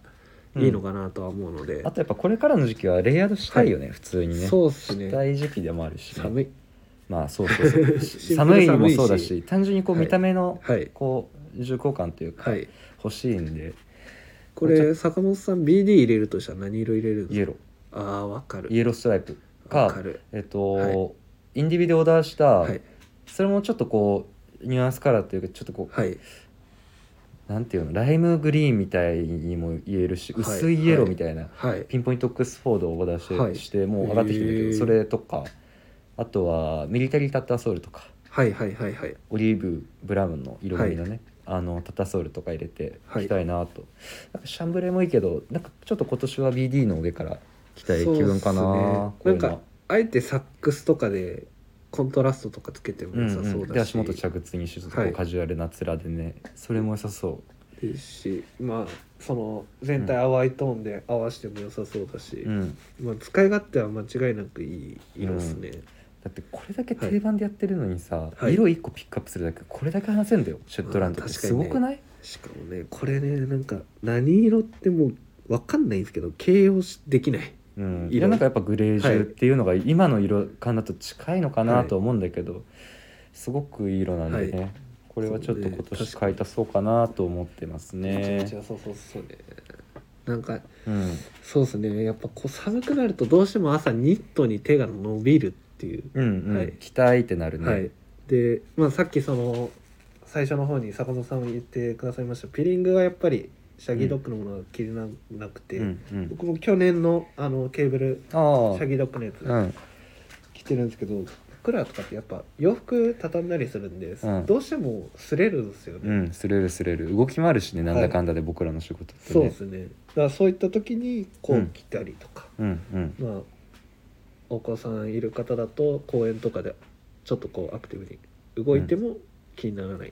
S2: うん
S1: いいのかなとは思うので、
S2: あとやっぱこれからの時期はレイヤードしたいよね、普通にね
S1: そうっす
S2: した
S1: ね
S2: い時期でもあるしね、
S1: 寒い
S2: まあそうそうそ う
S1: シンプル
S2: 寒いのもそうだ
S1: 寒
S2: し単純にこう
S1: はい
S2: 見た目の
S1: はい
S2: こう重厚感というか
S1: はい
S2: 欲しいんで、
S1: こ
S2: ちょ
S1: れ坂本さん BD 入れるとしたら何色入れるん
S2: イ
S1: で
S2: エ
S1: す
S2: ロ
S1: かああわか
S2: ーイ
S1: る
S2: エローストライプ
S1: わ
S2: か
S1: かる
S2: えっと、
S1: はい
S2: インディビでオーダーした、
S1: はい
S2: それもちょっとこうニュアンスカラーというかちょっとこう、
S1: はい
S2: なんていうのライムグリーンみたいにも言えるし
S1: はい
S2: 薄いイエローみたいな、
S1: はい
S2: ピンポイントオックスフォードをオーダーして,、
S1: はい
S2: してもう上がってきてるんだけ
S1: へ
S2: ど
S1: ー
S2: それとかあとはミリタリータッターソールとか
S1: はいはいはいはい
S2: オリーブ・ブラウンの色味のね、あのタタソールとか入れて
S1: はい
S2: 着たいなと、なんかシャンブレーもいいけどなんかちょっと今年は BD の上から着たい気分かな、
S1: そうっすね
S2: こういうの
S1: なんかあえてサックスとかでコントラストとかつけても
S2: うん
S1: 良
S2: う、
S1: さそうん
S2: で
S1: だ
S2: 足
S1: し、
S2: 元着靴にしてちょっと
S1: は
S2: こう
S1: い
S2: カジュアルな面でね、それも良さそう
S1: ですしまあその全体淡いトーンで合わせても良さそうだし、
S2: うん、
S1: まあ、使い勝手は間違いなくいい色ですね、
S2: だってこれだけ定番でやってるのにさ、
S1: はい
S2: 色1個ピックアップするだけこれだけ話せんだよシェットランド
S1: まあ
S2: って
S1: 確か
S2: す
S1: にね
S2: ごくない
S1: しかもねこれねなんか何色ってもう分かんないんですけど形容しできない
S2: うん、
S1: 色
S2: 色なんかやっぱグレージュっていうのが今の色感だと近いのかな
S1: はい
S2: と思うんだけど、すごくいい色なんでね、
S1: は
S2: これはちょっと
S1: そうね
S2: 今年
S1: 確か
S2: 買
S1: に
S2: い足そうかなと思ってますね。
S1: ゃそうそうそうねなんか
S2: うん
S1: そうですねやっぱこう寒くなるとどうしても朝ニットに手が伸びるっていう、
S2: うんうん、
S1: はい
S2: 着たいってなるね、
S1: はいで、まあ、さっきその最初の方に坂本さんも言ってくださいましたピリングがやっぱりシャギードッグのものが切れななくて、
S2: うんうん、
S1: 僕も去年のあのケーブル
S2: あ
S1: シ
S2: あ
S1: ャギードッグのやつ
S2: うん
S1: 着てるんですけど僕らとかってやっぱ洋服畳んだりするんです、
S2: うん
S1: どうしても擦れるんですよね、
S2: うん、すれるすれる動きもあるしねなんだかんだで僕らの仕事ってね、
S1: そうですねだからそういった時にこ
S2: う
S1: うん着たりとか、
S2: うんうん
S1: まあお子さんいる方だと公園とかでちょっとこうアクティブに動いても気にならない、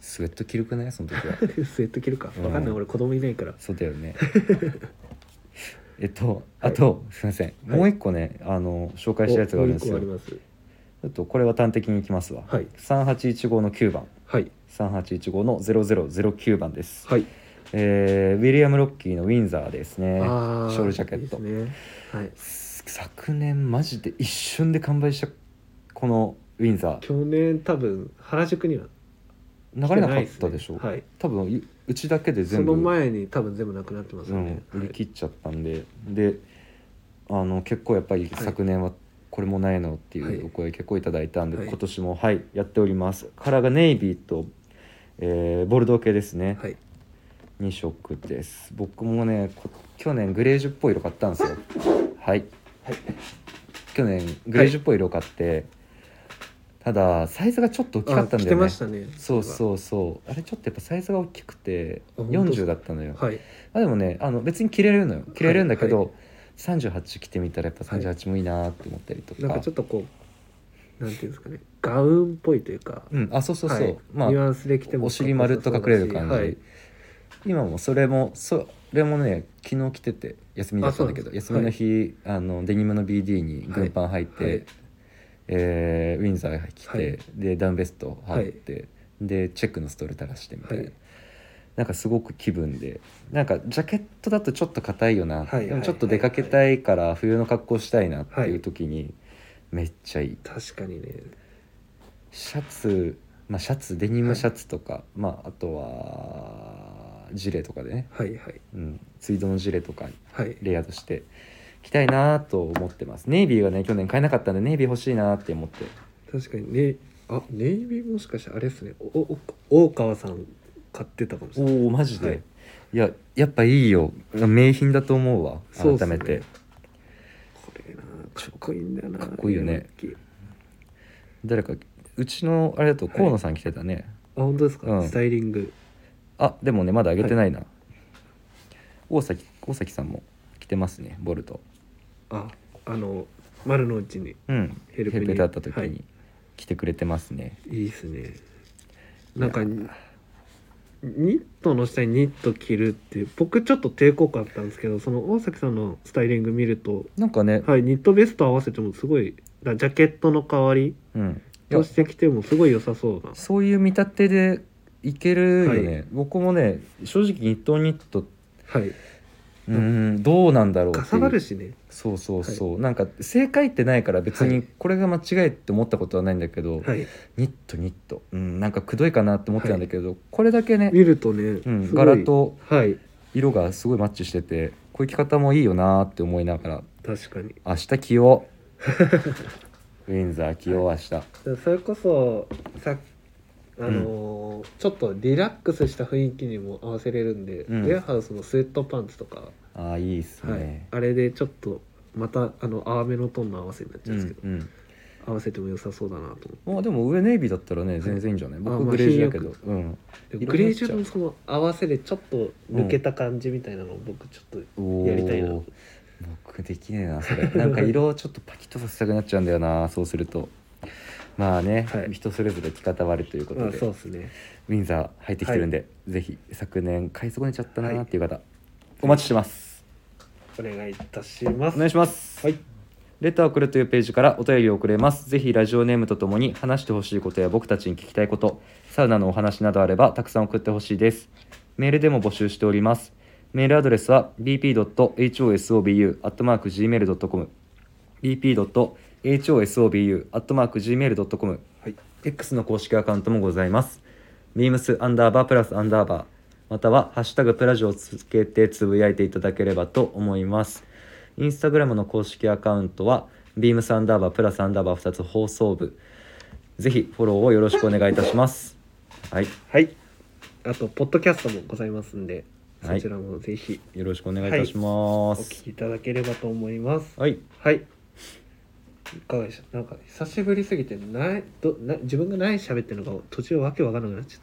S2: スウェット着るくないその時 は
S1: スウェット着るか
S2: うん
S1: わかんない、俺子供いないから
S2: そうだ よねえっとあと、すいません、
S1: はい
S2: もう一個ねあの紹介したやつがあるんです
S1: お
S2: よ
S1: もう一個あります
S2: ちょっとこれは端的にいきますわ、
S1: はい
S2: 3815の9番
S1: はい
S2: 3815の0009番です、
S1: はい
S2: えーウィリアム・ロッキーのウィンザーですね
S1: あー
S2: ショールジャケット
S1: いいですねはい
S2: 昨年マジで一瞬で完売したこのウィンザー
S1: 去年多分原宿には
S2: 流れなかったでし
S1: 来
S2: ょ
S1: てないですねはい
S2: 多分いうちだけで
S1: そ
S2: 全部
S1: の前に多分全部なくなってます
S2: う
S1: よね
S2: ん、、売り切っちゃったんで、であの結構やっぱ
S1: は
S2: り
S1: い
S2: 昨年はこれもないのって
S1: はい
S2: いうお声結構いただいたんで、
S1: はい
S2: 今年もはいやっておりますカラーがネイビーと、えーボルドー系ですね、
S1: はい
S2: 2色です僕もねこ去年グレージュっぽい色買ったんですよはい、
S1: はい
S2: 去年グレージュっぽい色買って、ただサイズがちょっと大きかったん
S1: あ来
S2: だ
S1: て
S2: よ
S1: ま
S2: ね
S1: したね
S2: そうそうそうあれちょっとやっぱサイズが大きくて
S1: あ本当です
S2: 40
S1: か
S2: だったのよ
S1: はい
S2: あでもねあの別に着れるのよ着れるんだけど、
S1: はい
S2: 38着てみたらやっぱ38もいいなって思ったりとか,、
S1: なんかちょっとこうなんていうんですかねガウンっぽいというか
S2: うんあそうそうそう、
S1: はい
S2: ま
S1: ニュ
S2: あ
S1: アンスできても
S2: お尻丸っと隠れる感じ、
S1: はい
S2: 今もそれもそれもね昨日着てて休みだったんだけど
S1: あそうなんです
S2: 休みの日、あのデニムの BD に軍パン履いて、
S1: はいはい
S2: えーウィンザー着て、
S1: はい
S2: でダウンベスト履いて、でチェックのストール垂らしてみたいな。
S1: はい
S2: なんかすごく気分でなんかジャケットだとちょっと硬いよ
S1: は
S2: な、
S1: いはい
S2: でもちょっと出かけたいから冬の格好したいなっていう時にめっちゃいい、
S1: 確かにね
S2: シャツまあシャツデニムシャツとか、まああとはジレとかでね、
S1: はいはい
S2: うん、ツイードのジレとか
S1: はい
S2: レイヤードして着たいなと思ってますネイビーがね去年買えなかったんでネイビー欲しいなって思って
S1: 確かにねあネイビーもしかしてあれですねおおお大川さん買ってたかもしれない
S2: おおマジで、
S1: はい
S2: い、ややっぱいいよ名品だと思うわ
S1: そうっす
S2: 改
S1: ね
S2: めて、
S1: これなかっこいいんだよな
S2: かっこいいよね
S1: ロッキー
S2: 誰かうちのあれだと河野さん着てたね、
S1: あ本当ですか、
S2: うん
S1: スタイリング
S2: あでもねまだ上げてないな、大崎大崎さんも来てますねボルト
S1: ああの丸の内に
S2: うん
S1: ヘルプに
S2: だった時
S1: は
S2: に
S1: い
S2: 来てくれてますね、
S1: いいっすねなんかニットの下にニット着るって僕ちょっと抵抗感あったんですけどその大崎さんのスタイリング見ると、
S2: なんかね、
S1: はい、ニットベスト合わせてもすごいだジャケットの代わり
S2: うんいや
S1: として着てもすごい良さそうな
S2: そういう見立てでいけるよね、
S1: は
S2: 僕もね正直ニットニット
S1: はい
S2: うんどうなんだろうってい
S1: か
S2: う
S1: さばるしね
S2: そうそうそう、なんか正解ってないから別
S1: は
S2: に
S1: い
S2: これが間違いって思ったことはないんだけど、
S1: はい
S2: ニットニット、うん、なんかくどいかなって思ってたんだけど、これだけね、
S1: 見るとね、
S2: うん、
S1: すごい
S2: 柄と
S1: はい
S2: 色がすごいマッチしててこういう着方もいいよなーって思いながら
S1: 確かに
S2: 明日着よ うウィンザー着よう明日、
S1: それこそさあのーちょっとリラックスした雰囲気にも合わせれるんで、
S2: うん
S1: ウェアハウスのスウェットパンツとか、
S2: ああいいっす
S1: はい
S2: ね、
S1: あれでちょっとまたあの淡めのトーンの合わせになっちゃ
S2: う
S1: うんんですけど、
S2: うん
S1: 合わせても良さそうだなと思って
S2: まあでも上ネイビーだったらね全然いいんじゃない、
S1: あ
S2: 僕
S1: まあ
S2: グレージュだけど、うん、
S1: で
S2: いろいろ
S1: グレージュのその合わせでちょっと抜けた感じみたいなのを僕ちょっ
S2: おー
S1: やりたいな
S2: 僕できねえなそれ なんか色をちょっとパキッとさせたくなっちゃうんだよなそうするとまあね、
S1: はい、
S2: 人それぞれ着方はあるということと
S1: まあ
S2: で
S1: そうですね
S2: ウィンザー入ってきてるんで、ぜひ昨年買い損ねちゃったなーっていう方、お
S1: お
S2: 待
S1: 待ち
S2: ちし
S1: して
S2: ます
S1: お願いいたします
S2: お願いします
S1: はい
S2: レターを送るというページからお便りを送れますぜひラジオネームとともに話してほしいことや僕たちに聞きたいことサウナのお話などあればたくさん送ってほしいですメールでも募集しておりますメールアドレスは bp.hosobu.gmail.com bp.hosobu.gmail.com
S1: はい
S2: X の公式アカウントもございます。beams アンダーバープラスアンダーバーまたはハッシュタグプラジオをつけてつぶやいていただければと思います。インスタグラムの公式アカウントは beams アンダーバープラスアンダーバー2つ放送部ぜひフォローをよろしくお願いいたします。はい、
S1: はいあとポッドキャストもございますんで
S2: は
S1: そ
S2: い
S1: ちらもぜひ
S2: よろしくお願いいたしま
S1: お
S2: す
S1: 聞。きいただければと思います
S2: はい、
S1: はいいかがでしたなんか久しぶりすぎてないどな自分が何喋ってるのか途中わけわからなくなっちゃっ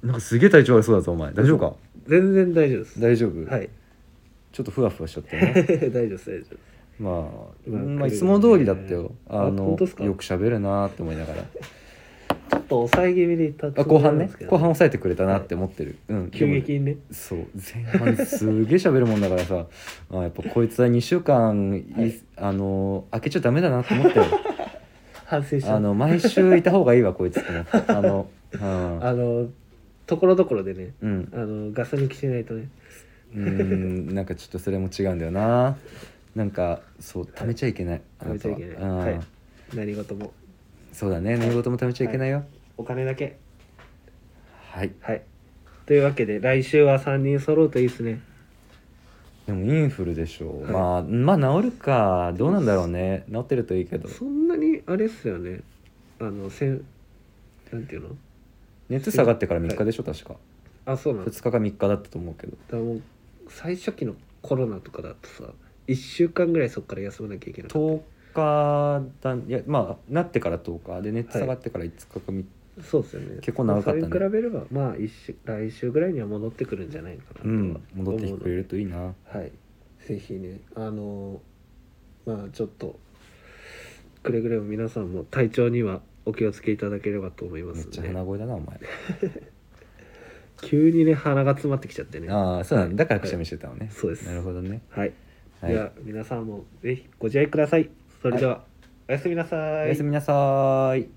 S1: た
S2: なんかすげえ体調悪そうだぞお前大丈夫か
S1: 全然大丈夫です
S2: 大丈夫、
S1: はい
S2: ちょっとふわふわしちゃった ね。
S1: 大丈夫です大丈夫です
S2: まあ、
S1: まあ
S2: まあ、いつも通りだったよ。あ
S1: あ
S2: の、よ
S1: 本当ですか
S2: く喋るなって思いながら。
S1: ちょっと抑え気味でいったつ
S2: あ、
S1: も
S2: 後
S1: りなん
S2: 半
S1: で
S2: ね
S1: すけ、ど
S2: 後半抑えてくれたなって思ってる。うん、
S1: 急激にね
S2: そう、前半すげえ喋るもんだからさ。 あ、やっぱこいつは2週間、い
S1: はい
S2: あの、開けちゃダメだなって思ったよ。
S1: 反省し
S2: あ
S1: た
S2: の、毎週いた方がいいわ、こいつって思 った。あの、うん
S1: あのところどころでね
S2: うん、
S1: あのガス抜きしないとね
S2: うん、なんかちょっとそれも違うんだよな。なんか、そう、貯めちゃいけない。あなたは
S1: 貯めちゃいけない
S2: うん
S1: はい何事も
S2: そうだね、何事も貯めちゃいけないよ。
S1: お金だけ
S2: はい
S1: はいというわけで来週は3人揃うといいですね
S2: でもインフルでしょう、
S1: はい
S2: まあまあ治るかどうなんだろうね治ってるといいけど
S1: そんなにあれっすよねあのせんなんていうの
S2: 熱下がってから3日でしょ、確か
S1: あそうなんです
S2: 2日か3日だったと思うけど
S1: だからもう最初期のコロナとかだとさ1週間ぐらいそこから休まなきゃいけない
S2: 10日だいやまあなってから10日で熱下がってから5日か3日、
S1: そうですよね
S2: 結構長かったね
S1: まあそれに比べればまあ一週来週ぐらいには戻ってくるんじゃないかなとは
S2: う
S1: 思
S2: ん戻ってきてくれるといいな
S1: はい、ぜひね、あのーまあちょっとくれぐれも皆さんも体調にはお気をつけいただければと思いま
S2: めっ
S1: す
S2: ちゃ
S1: ね
S2: 鼻声だなお前
S1: 急にね鼻が詰まってきちゃってねは
S2: ああそうだねだからくしゃみしてたのね、
S1: いそうです
S2: なるほどね
S1: い、
S2: はい
S1: では皆さんもぜひご自愛くださいそれでは、おやすみなさい
S2: おやすみなさーい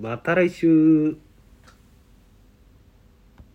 S1: また来週